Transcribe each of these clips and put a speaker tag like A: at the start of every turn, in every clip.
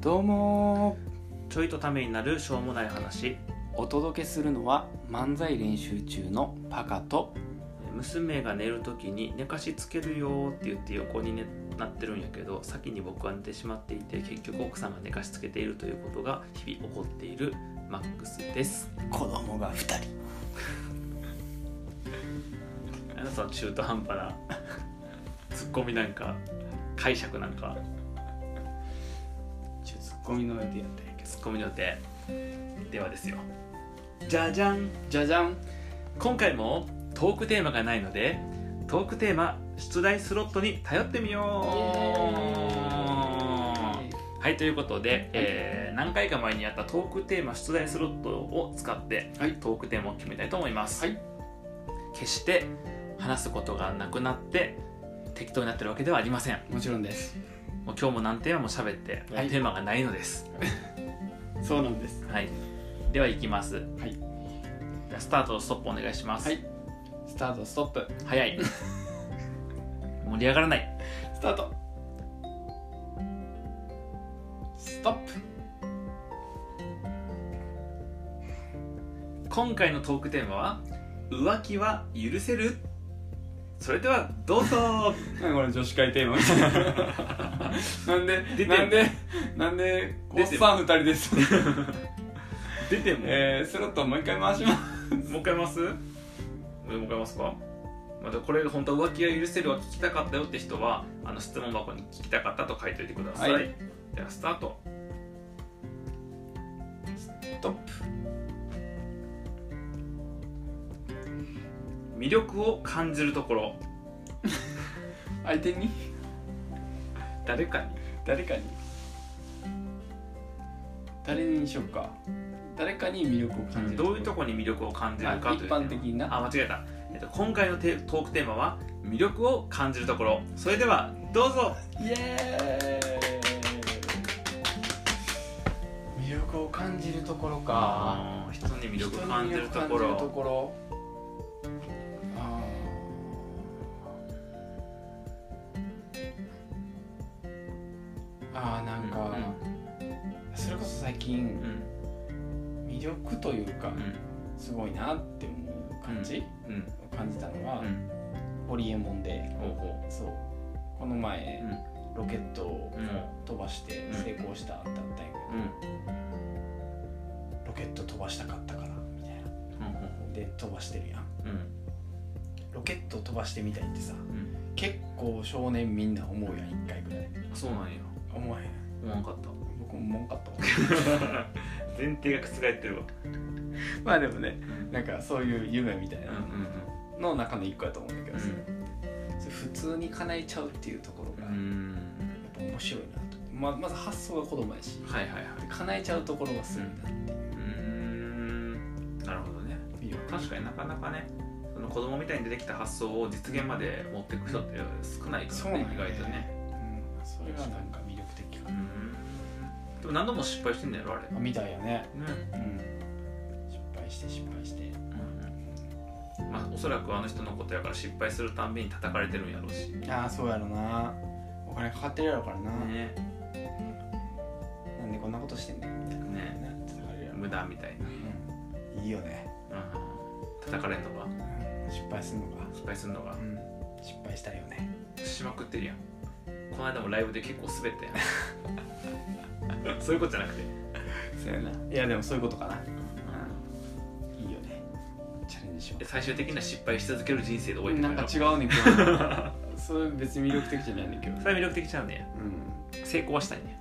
A: どうも
B: ちょいとためになるしょうもない話
A: お届けするのは漫才練習中のパカと
B: 娘が寝る時に寝かしつけるよって言って横に、ね、なってるんやけど先に僕は寝てしまっていて結局奥さんが寝かしつけているということが日々起こっているマックスです
A: 子供が2人
B: あなたの中途半端な ツッコミなんか解釈なんか
A: ちょツッコミの予定やったんやけ
B: ツッコミの予定ではですよじゃじゃん
A: どじゃじゃん
B: 今回もトークテーマがないのでトークテーマ出題スロットに頼ってみようはいということで、えー何回か前にやったトークテーマ出題スロットを使って、
A: はい
B: トークテーマを決めたいと思います、
A: はい
B: 決して話すことがなくなって適当になってるわけではありません
A: もちろんです
B: もう今日も何テーマも喋ってもう
A: はい
B: テーマがないのです、
A: そうなんです。
B: はい、では行きます。はいスタートストップお願いします。
A: はい。スタートストップ
B: 早 い。盛り上がらない。
A: スタートストップ
B: 今回のトークテーマは浮気は許せる。それではどう ぞ。
A: 何これ女子会テーマみたいななんで
B: 出て
A: なんでなんでお
B: 出
A: って
B: る
A: さん2人です
B: 出ても、
A: えー、スロットもう一回回します
B: もう一回回す？もう一回回すか。またこれ本当は浮気が許せるは聞きたかったよって人はあの質問箱に聞きたかったと書いておいてください。
A: はい
B: ではスタート。
A: ストップ
B: 魅力を感じるところ
A: 相手に
B: 誰かに。
A: 誰かに誰にしようか誰かに魅力を感じる
B: どういうところに魅力を感じるか
A: あ
B: という
A: 一般的な
B: あ間違えた、えっと、今回のテートークテーマは魅力を感じるところそれではどうぞ
A: イエーイ魅力を感じるところか
B: あー人に魅力を感じるとこ
A: 人に魅力を感じると
B: ろ
A: ころあーあーなんか、それこそ最近
B: うん
A: 魅力というか、
B: う
A: すごいなって思う感じ、
B: んうん
A: 感じたのは、
B: うん
A: ホリエモンで
B: おうお
A: そうこの前、
B: うん
A: ロケットを
B: うん
A: 飛ばして
B: うん
A: 成功したってあったんやけ
B: ううん
A: ど、ロケット飛ばしたかったからみたいなで飛ばしてるやん
B: うんうん
A: ロケット飛ばしてみたいってさ
B: うん
A: 結構少年みんな思うやん1回ぐらい
B: そうなんや
A: 思わへん
B: 思わん かった
A: 僕ももんかったわ
B: 前提が覆ってるわ
A: まあでもね
B: うん
A: なんかそういう夢みたい
B: うんう
A: なんの中の1個やと思うんだけ
B: う
A: どさ、
B: ん
A: それ普通に叶えちゃうっていうところ
B: う
A: がやっ
B: ん
A: ぱ面白いなとままず発想が子供やし
B: はいはいはい
A: 叶えちゃうところがすごいなっていう
B: うーんなるほどね
A: 美容
B: 確かになかなかねその子供みたいに出てきた発想を実現まで持っていく人って少ないか
A: そう
B: ら
A: なん
B: ね
A: やね
B: 意外とね
A: うん、それがなんか魅力的か
B: う
A: な、
B: んでも何度も失敗してんだよあれね
A: あみたいやね、
B: う
A: うん、失敗して失敗して
B: んまあおそらくあの人のことやから失敗するたんびに叩かれてるんやろうし
A: ああそうやろなお金かかってるやろからな、
B: ね
A: なんでこんなことしてんねんみたいな
B: ね
A: なんて叩かれるやろ
B: 無駄みたいな、
A: うんいいよね、
B: うん、叩かれんのが
A: うん失敗するのが、
B: 失敗するのが
A: うん、失敗したいよね
B: しまくってるやんこの間もライブで結構滑ったや んそういうことじゃなくて
A: そうやないやでもそういうことかな、うん、いいよねチャレンジしま
B: で最終的には失敗し続ける人生で終え
A: す
B: て
A: なんか違うねんけ どそれ別に魅力的じゃないねんけど、
B: それは魅力的ちゃうね
A: うん
B: 成功はしたいね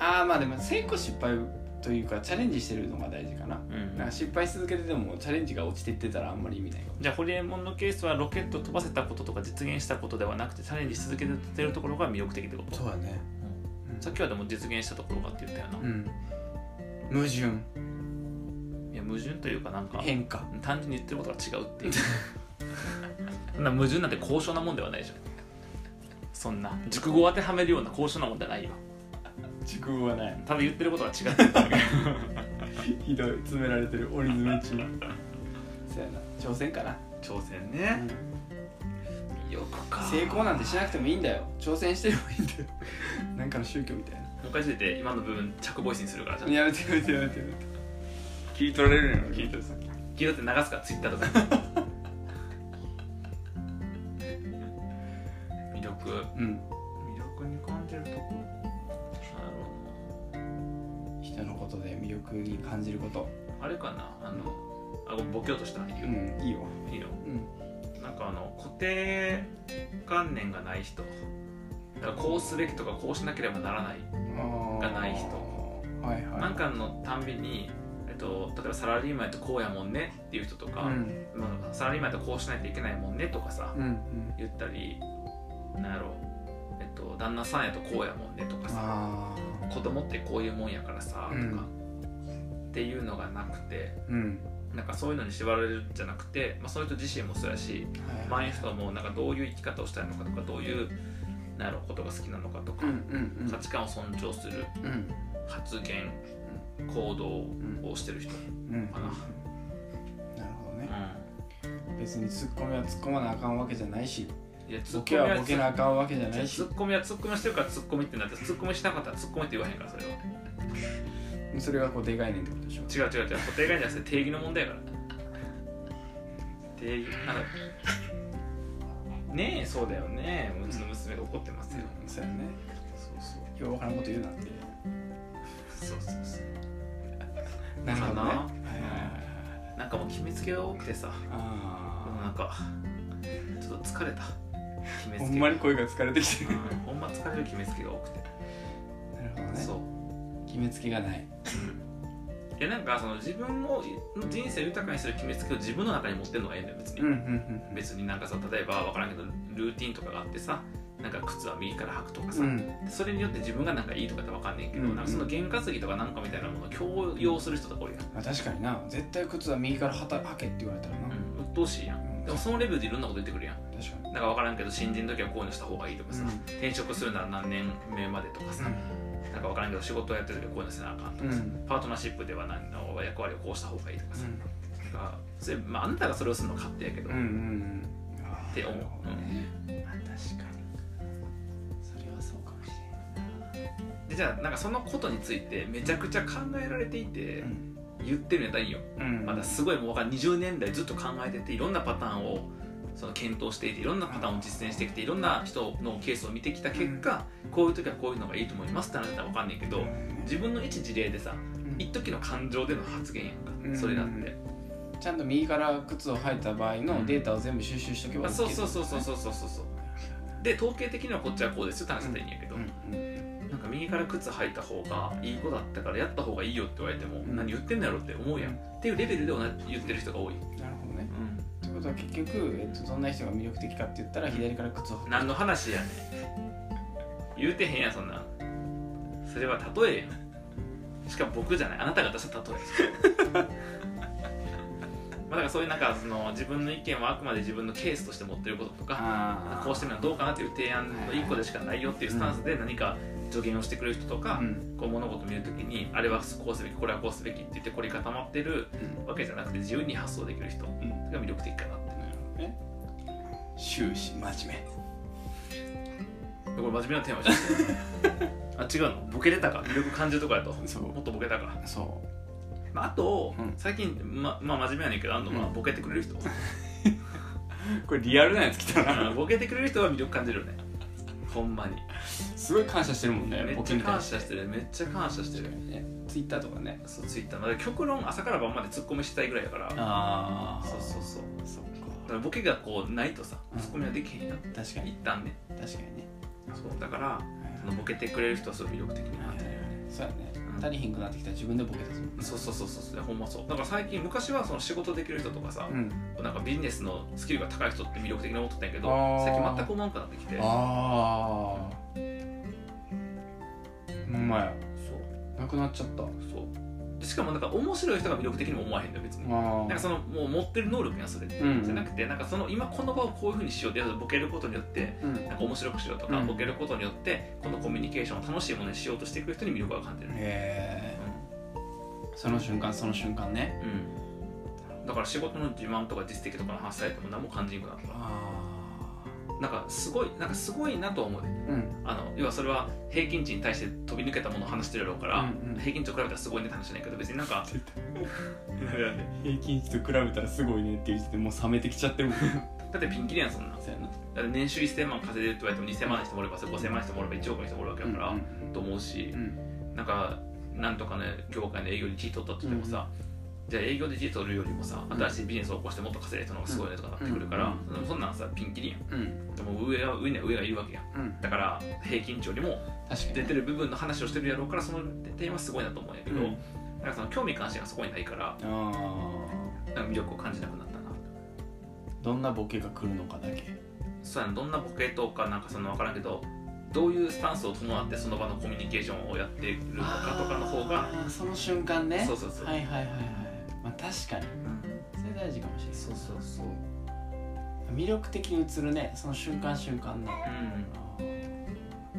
A: ああまあでも成功失敗というかチャレンジしてるのが大事かな,、
B: ん
A: なんか失敗し続けててもチャレンジが落ちてってたらあんまり意味ないかも
B: じゃあホリエモンのケースはロケットを飛ばせたこととか実現したことではなくてチャレンジし続けてるところが魅力的ってこと
A: うだね
B: さっきはでも実現したところがって言ったよな、
A: うん矛盾
B: いや矛盾というかなんか
A: 変化
B: 単純に言ってることが違うっていう そんな矛盾なんて高尚なもんではないじゃんそんな熟語を当てはめるような高尚なもんじゃないよ
A: 軸はない
B: ただ言ってることが違ってるだけ
A: ひどい詰められてる折り 詰め中そうやな挑戦かな、
B: 挑戦ね魅力か
A: 成功なんてしなくてもいいんだよ挑戦してればいいんだよなんかの宗教みたいな
B: う一回ついて今の部分着ボイスにするからじゃん
A: やめてやめてやめてやめて切り取られるの切り取るさ
B: ギロって流すからツイッターと か魅力
A: うん
B: 魅力に感じるとこ
A: 人のことで魅力に感じること
B: あれかなあのあごめんボケようとした理
A: う
B: 由、
A: んいいよ
B: いいの
A: うん
B: なんかあの固定観念がない人だからこうすべきとかこうしなければならないがない人
A: はいはい
B: なんかのたんびに、えっと、例えばサラリーマンやとこうやもんねっていう人とか、
A: うん
B: まあサラリーマンやとこうしないといけないもんねとかさ
A: うんうん
B: 言ったりなんやろえっと旦那さんやとこうやもんねとかさ
A: ああ
B: 子供ってこういうもんやからさとか、
A: うん
B: っていうのがなくて
A: うん
B: なんかそういうのに縛られるんじゃなくて、まあ、その人自身もそうやし
A: はい
B: 前の人もなんかどういう生き方をしたいのかとかどういうなんやろことが好きなのかとか、
A: うんうん
B: 価値観を尊重する
A: うんうん
B: 発言行動をしてる人、
A: うん
B: かな
A: なるほどね別にツッコミは突っ込まなあかんわけじゃないし
B: いやツ
A: ボケ
B: ッコミ
A: は
B: は
A: ボケなあかんわけじゃ
B: じ
A: な
B: ゃあ
A: いし
B: ツッコミはツッコミしてるからツッコミってなってツッコミしなかったらツッコミって言わへんからそれは
A: それが固定概念ってことでしょ
B: 違う違う違う固定概念じゃなくて定義の問題やから定義あのねえそうだよねうちの娘が怒ってますよ、
A: うんそうやね
B: そうそう
A: ようわからんこと言うなって
B: そうそうそう
A: なるほどね
B: かな
A: はいはいはいはい
B: なんかもう決めつけが多くてさもうな
A: あ
B: んかちょっと疲れた決め
A: あ
B: つけ
A: ほんまに声が疲れて きて
B: う
A: る
B: んほんま疲れる決めつけが多くて、
A: なるほどね
B: そう
A: 決めつけがない
B: いやなんかその自分を人生を豊かにする決めつけを自分の中に持ってるのがええんだよ別に、
A: うんうんうん
B: 別になんかさ例えば分からんけどルーティンとかがあってさなんか靴は右から履くとかさ、
A: うん
B: それによって自分がなんかいいとかって分かんないけど、
A: うんうん
B: なんかその験担ぎとかなんかみたいなものを強要する人とかおるやん、
A: まあ確かにな絶対靴は右からはた履けって言われたらな、
B: うん、鬱陶しいやんでもそのレベルでいろんなこと言ってくるやん
A: 確かに
B: なんか分からんけど新人の時はこういうのした方がいいとかさ、
A: うん
B: 転職するなら何年目までとかさ、なんか分からんけど仕事をやってる時はこういうのせなあかんと
A: うん
B: か
A: う
B: さ、
A: ん
B: パートナーシップでは何の役割をこうした方がいいとかさ、なんかそれまあ、あんたがそれをするのは勝手やけど、
A: うんうんうんあー
B: って思う
A: なるほどね
B: まあ確かに
A: それはそうかもし
B: でじゃあなんかそのことについてめちゃくちゃ考えられていて
A: れない、うん
B: 言ってるんやったらいいよ
A: うん
B: まだすごいもうわかん20年代ずっと考えてていろんなパターンをその検討していていろんなパターンを実践してきていろんな人のケースを見てきた結果、こういう時はこういうのがいいと思いますって話だったら分かんないけど自分の一事例でさ
A: うん
B: 一時の感情での発言やんか、
A: うん
B: それだって、
A: ちゃんと右から靴を履いた場合のデータを全部収集しとけば OK
B: あ、そうそうそうそうそうそうそうで統計的にはこっちはこうですよって話だったらいいんやけど、
A: うんうん
B: なんか右から靴履いた方がいい子だったからやった方がいいよって言われて
A: う
B: も、
A: ん
B: 何言ってんだろうって思うやん、っていうレベルで同じ言ってる人が多い、
A: なるほどねってことは結局、えっと、どんな人が魅力的かって言ったら左から靴を履く
B: 何の話やねん言うてへんやんそんなんそれは例えやんしかも僕じゃないあなたが出した例え まあだからそういうなんかその自分の意見はあくまで自分のケースとして持ってることとか
A: あー
B: こうしてみるのはどうかなっていう提案の一個でしかないよっていうスタンスで何か助言をしてくれる人とか、
A: うん
B: こう物事を見るときにあれはこうすべきこれはこうすべきって言ってこれ固まってる
A: うん
B: わけじゃなくて自由に発想できる人が
A: うん
B: 魅力的かなって
A: なるほどね終始真面
B: これ真面目なテーマじ ゃんあ違うのボケれたか魅力感じるとこやとも
A: 目そう
B: っとボケたか、
A: そ
B: まあ、あと、
A: うん
B: 最近ままあ真面目やねんけどあんの、まあ、
A: うん
B: ボケてくれる人、
A: うこれリアルなやつ来た
B: うんボケてくれる人は魅力感じ るよねほんまに
A: すごい感謝してるもんね
B: めっ
A: ボ
B: ち
A: ケ
B: ゃ
A: に対
B: 感
A: し
B: 謝してるめっちゃ感謝して
A: 確
B: る
A: かにねツイッターとかね
B: そうツイッターまだ極論朝から晩までツッコミしたいぐらいだから
A: あ
B: そうそうそう
A: そうか
B: だからボケがこうないとさ
A: うん
B: ツッコミはできへんやん
A: 確かに
B: 一旦ね
A: 確かにね
B: そうだからそのボケてくれる人はすごい魅力的になってるよね
A: そうやね
B: うん
A: 足りひんくなってきたら自分でボケ出すもんね
B: そうそうそうそうそうほんまそうだから最近昔はその仕事できる人とかさ、
A: ん
B: なんかビジネスのスキルが高い人って魅力的に思っとったんやけど
A: あー
B: 最近全く思わんくなってきてそう
A: ああほんまやなくなっちゃったあ
B: そうでしかもなんか面白い人が魅力的にも思わへんだよ別に
A: あ
B: なん
A: ー
B: かそのもう持ってる能力やんそれって、
A: うん
B: じゃなくてなんかその今この場をこういうふうにしようってやるとボケることによって
A: うん
B: なんか面白くしようとか、
A: うん
B: ボケることによってこのコミュニケーションを楽しいものにしようとしていく人に魅力が感じる、
A: へえその瞬間その瞬間ね
B: うん、だから仕事の自慢とか実績とかの話されても何も感じんくなるから
A: ああ
B: なんかすごいなんかすごいなと思うね
A: うん
B: あの要はそれは平均値に対して飛び抜けたものを話してるやろうから、
A: うんうん
B: 平均値と比べたらすごいねって話じゃないけど別になんか
A: 平均値と比べたらすごいねっていう時点でもう冷めてきちゃってるもん
B: だってピンキリやんそんなん
A: そうやな
B: だって年収1000万稼いでるって言われても2000万の人もおれば5000万の人もおれば1億の人もおるわけだから、
A: うん
B: と思うし
A: う、ん
B: なんかなんとかね業界の営業で地位取ったとしてもさ、じゃあ営業で地位取るよりもさ
A: うん
B: 新しいビジネスを起こしてもっと稼いだ人の方がすごいねとかなってくるから、
A: うん
B: でもそんなんさピンキリやん
A: うん
B: でも上は上には上がいるわけやん
A: うん
B: だから平均値よりも
A: 確かに
B: 出てる部分の話をしてるやろうからその点はすごいなと思うんやけど、
A: うん
B: なんかその興味関心がそこにないから
A: あ
B: なんか魅力を感じなくなったな
A: ーどんなボケが来るのかだけ
B: そうやなどんなボケとかなんかその分からんけどどういうスタンスを伴ってその場のコミュニケーションをやっているのかとかの方が
A: あーその瞬間ね
B: そうそうそう
A: はいはいはいはいまあ確かにそれ大事かもしれない
B: そうそうそう
A: 魅力的に映るねその瞬間瞬間ねあ
B: うん
A: ー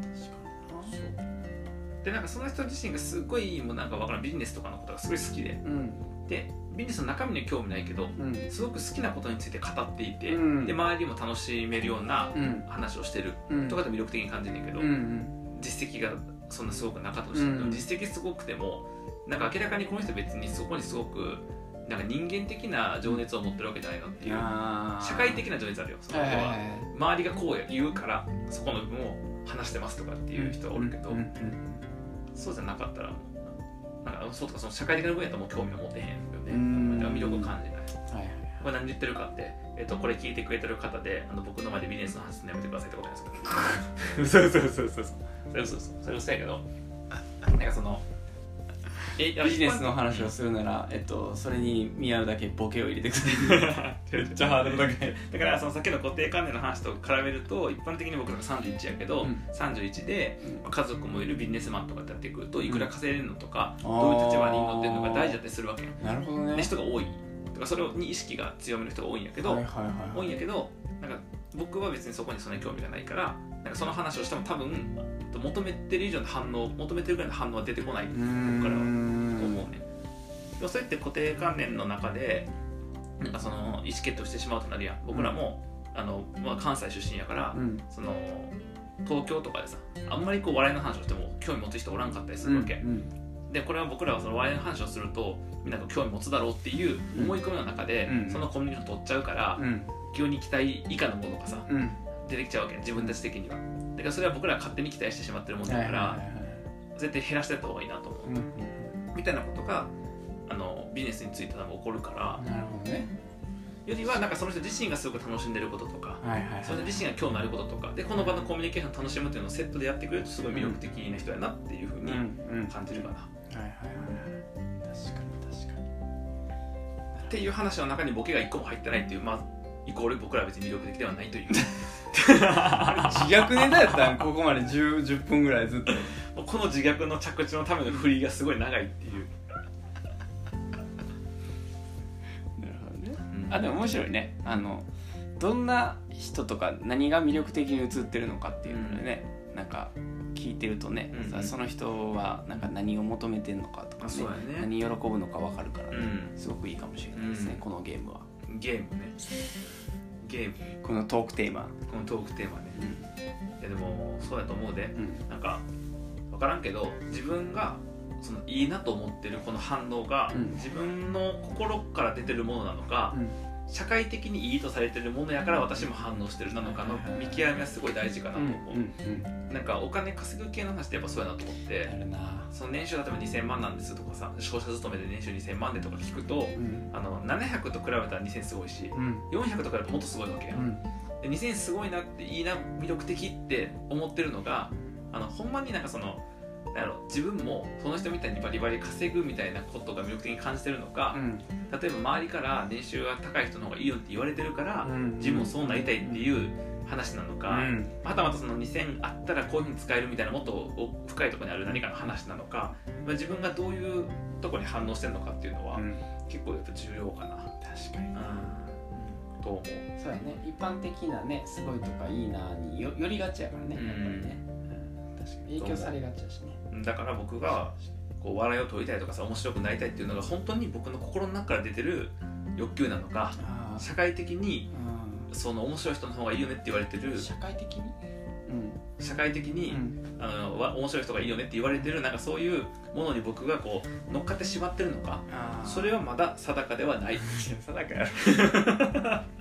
A: 確かに
B: でなんかその人自身がすごいもうなんかわからんビジネスとかのことがすごい好きで
A: なうん
B: でビジネスの中身には興味ないけど
A: うん
B: すごく好きなことについて語っていて、
A: うん
B: で周りも楽しめるような
A: うん
B: 話をしてる
A: うん
B: とかで魅力的に感じるんだけど、
A: うんうん
B: 実績がそんなすごくなかったとしても、
A: うん
B: 実績すごくてもなんか明らかにこの人別にそこにすごくなんか人間的な情熱を持ってるわけじゃないのっていう
A: あー
B: 社会的な情熱あるよその
A: は
B: 子
A: いはい
B: は
A: はい
B: 周りがこう言うからそこの部分を話してますとかっていう人はおるけど、
A: うんうん
B: そうじゃなかったらなんかそうとかその社会的な分野とも興味を持てへんよね
A: うん
B: だから魅力を感じない
A: うんはいはい
B: これ何言ってるかって、えっとこれ聞いてくれてる方であの僕の前でビジネスの話するのやめてくださいってことなんですよ そうそうそうそうそうそうそうそうそうやけどなんかそのえ
A: ビジネスの話をするなら、えっと、それに見合うだけボケを入れてくれ め
B: め
A: っちゃハードル高い
B: だからそのさっきの固定観念の話と絡めると一般的に僕らが31やけど、
A: うん
B: 31で家族もいるビジネスマンとかってやっていくといくら稼いでるのとか、
A: うん
B: どういう立場に乗ってるのが大事だったりするわけよ
A: なるほどね
B: ね人が多いとかそれに意識が強めの人が多いんやけど、
A: はいはいはい
B: 多いんやけどなんか僕は別にそこにそんなに興味がないからなんかその話をしても多分求めてる以上の反応求めてるぐらいの反応は出てこないと
A: うーん
B: こから思うね、でもそうやって固定観念の中でなんかその意思決定をしてしまうとなるやん僕らも、あのまあ、関西出身やから、
A: うん
B: その東京とかでさあんまりこう笑いの話をしても興味持つ人おらんかったりするわけ、
A: うん
B: でこれは僕らはその笑いの話をするとみんなが興味持つだろうっていう思い込みの中で、
A: うん
B: そのコミュニケーション取っちゃうから、
A: うん
B: 急に期待以下のものがさ
A: うん
B: 出てきちゃうわけ自分たち的にはだからそれは僕らが勝手に期待してしまってるもんだ
A: は
B: か
A: い
B: ら、
A: はいは
B: 絶対減らしてった方がいいなと思う
A: い、うん
B: みたいなことがあのビジネスについて多分起こるから
A: なるほどね
B: よりはなんかその人自身がすごく楽しんでることとか
A: はいはいはい
B: その人自身が興味あることとかでこの場のコミュニケーションを楽しむっていうのをセットでやってくれるとすごい魅力的な人やなっていうふう
A: うん
B: に
A: うんはい
B: 感じるかな、
A: はいはいはい確かに 確かに
B: っていう話の中にボケが一個も入ってないっていうまあイコール僕らは別に魅力的ではないと いう
A: 自虐ネタやったんここまで 10, 10分ぐらいずっと
B: もうこの自虐の着地のための振りがすごい長いっていう、
A: なるほどねあ
B: あ
A: で
B: で
A: も
B: も
A: 面白いねあのどんな人とか何が魅力的に映ってるのかっていうのでね、なんか聞いてるとね、
B: うんうん
A: さその人はなんか何を求めてんのかとか、
B: あ
A: ね
B: そうやね
A: 何喜ぶのか分かるから
B: う
A: ね、
B: ん
A: すごくいいかもしれないですね、
B: うん
A: このゲームは
B: ゲームねゲーム
A: このトークテーマ、
B: このトークテーマね
A: うん
B: いやでもそうやと思うで
A: うん
B: なんか分からんけど自分がそのいいなと思ってるこの反応が、
A: うん
B: 自分の心から出てるものなのか、
A: うん
B: 社会的にいいとされてるものやから私も反応してるなのかの見極めはすごい大事かなと思う、
A: うんうん
B: なんかお金稼ぐ系の話ってやっぱそうやなと思って
A: やるな、
B: その年収例えば2000万なんですとかさ商社勤めで年収2000万でとか聞くと
A: うん
B: あの700と比べたら2000すごいし
A: うん
B: 400とかだともっとすごいわけや、
A: うん
B: ん、で2000すごいなっていいな魅力的って思ってるのがあのほんまになんかそのなんやろ自分もその人みたいにバリバリ稼ぐみたいなことが魅力的に感じてるのか、例えば周りから年収が高い人の方がいいよって言われてるから、
A: うん
B: 自分もそうなりたいっていう話なのか、
A: うん
B: またまたその2000あったらこういうふうに使えるみたいなもっと深いところにある何かの話なのか、まあ、自分がどういうところに反応してるのかっていうのは、
A: うん
B: 結構やっぱ重要かな、
A: 確かに
B: と思う。
A: そうやね一般的なねすごいとかいいなによよりがちやからねやっぱりね、うん確かに影響されがちやしね
B: だから僕がこう笑いを取りたいとかさ面白くなりたいっていうのが本当に僕の心の中から出てる欲求なのか
A: あ
B: 社会的に
A: うん
B: その面白い人の方がいいよねって言われてる
A: 社会的にうん
B: 社会的に、あのわ面白い人がいいよねって言われてるなんかそういうものに僕がこう乗っかってしまってるのか
A: あ
B: それはまだ定かではない
A: 定かやろ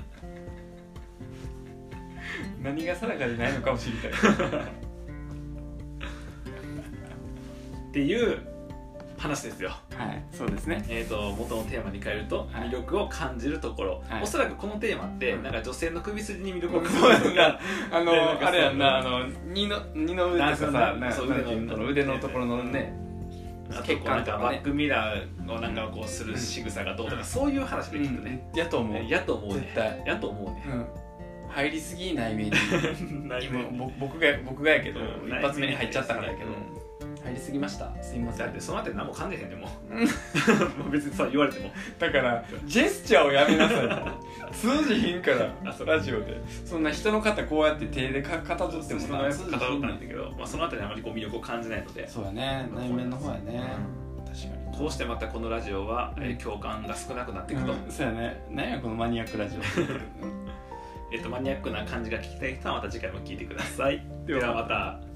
A: 何が定かじゃないのかもしれない
B: っていう話ですよ。
A: はいそうですね
B: えー、と元のテーマに変えると
A: はい
B: 魅力を感じるところ、
A: はい
B: おそらくこのテーマって、
A: うん
B: なんか女性の首筋に魅力
A: そ
B: を感じ
A: うなん
B: る
A: だあ
B: ねなんかそ
A: の
B: う
A: あれやんなあの二の二の腕とかさ
B: なんか
A: なんか
B: そう腕
A: な
B: の
A: んていう腕のところのね
B: あと
A: 血
B: こうな
A: 管
B: ん
A: と
B: か
A: かね
B: バックミラーをなんかこうする仕草がどうとか、
A: うん
B: そういう話できっとね、
A: やと思う
B: やと思うね
A: 絶対
B: やと思うね
A: うん入りすぎ内面に
B: 内
A: 今
B: 面に
A: ぼ僕が僕がやけど
B: うん
A: 一発目に入っちゃったからやけど
B: うん
A: 入りすぎましたすいませ
B: だっ
A: ん
B: てその後何も感じへんねんも
A: うん
B: う もう別にさ言われても
A: だからジェスチャーをやめなさい通じひんから
B: あそう
A: ラジオでそんな人の方こうやって手でか片取っても
B: その
A: 通じひん
B: 片岡なんだけど、まあ、その辺りあまりこう魅力を感じないので、
A: そうやね内面の方やね確かに
B: こうしてまたこのラジオは、えー共感が少なくなっていくと、
A: うんそうやね何やこのマニアックラジオ
B: えっとマニアックな感じが聞きたい人はまた次回も聞いてください。ではまた。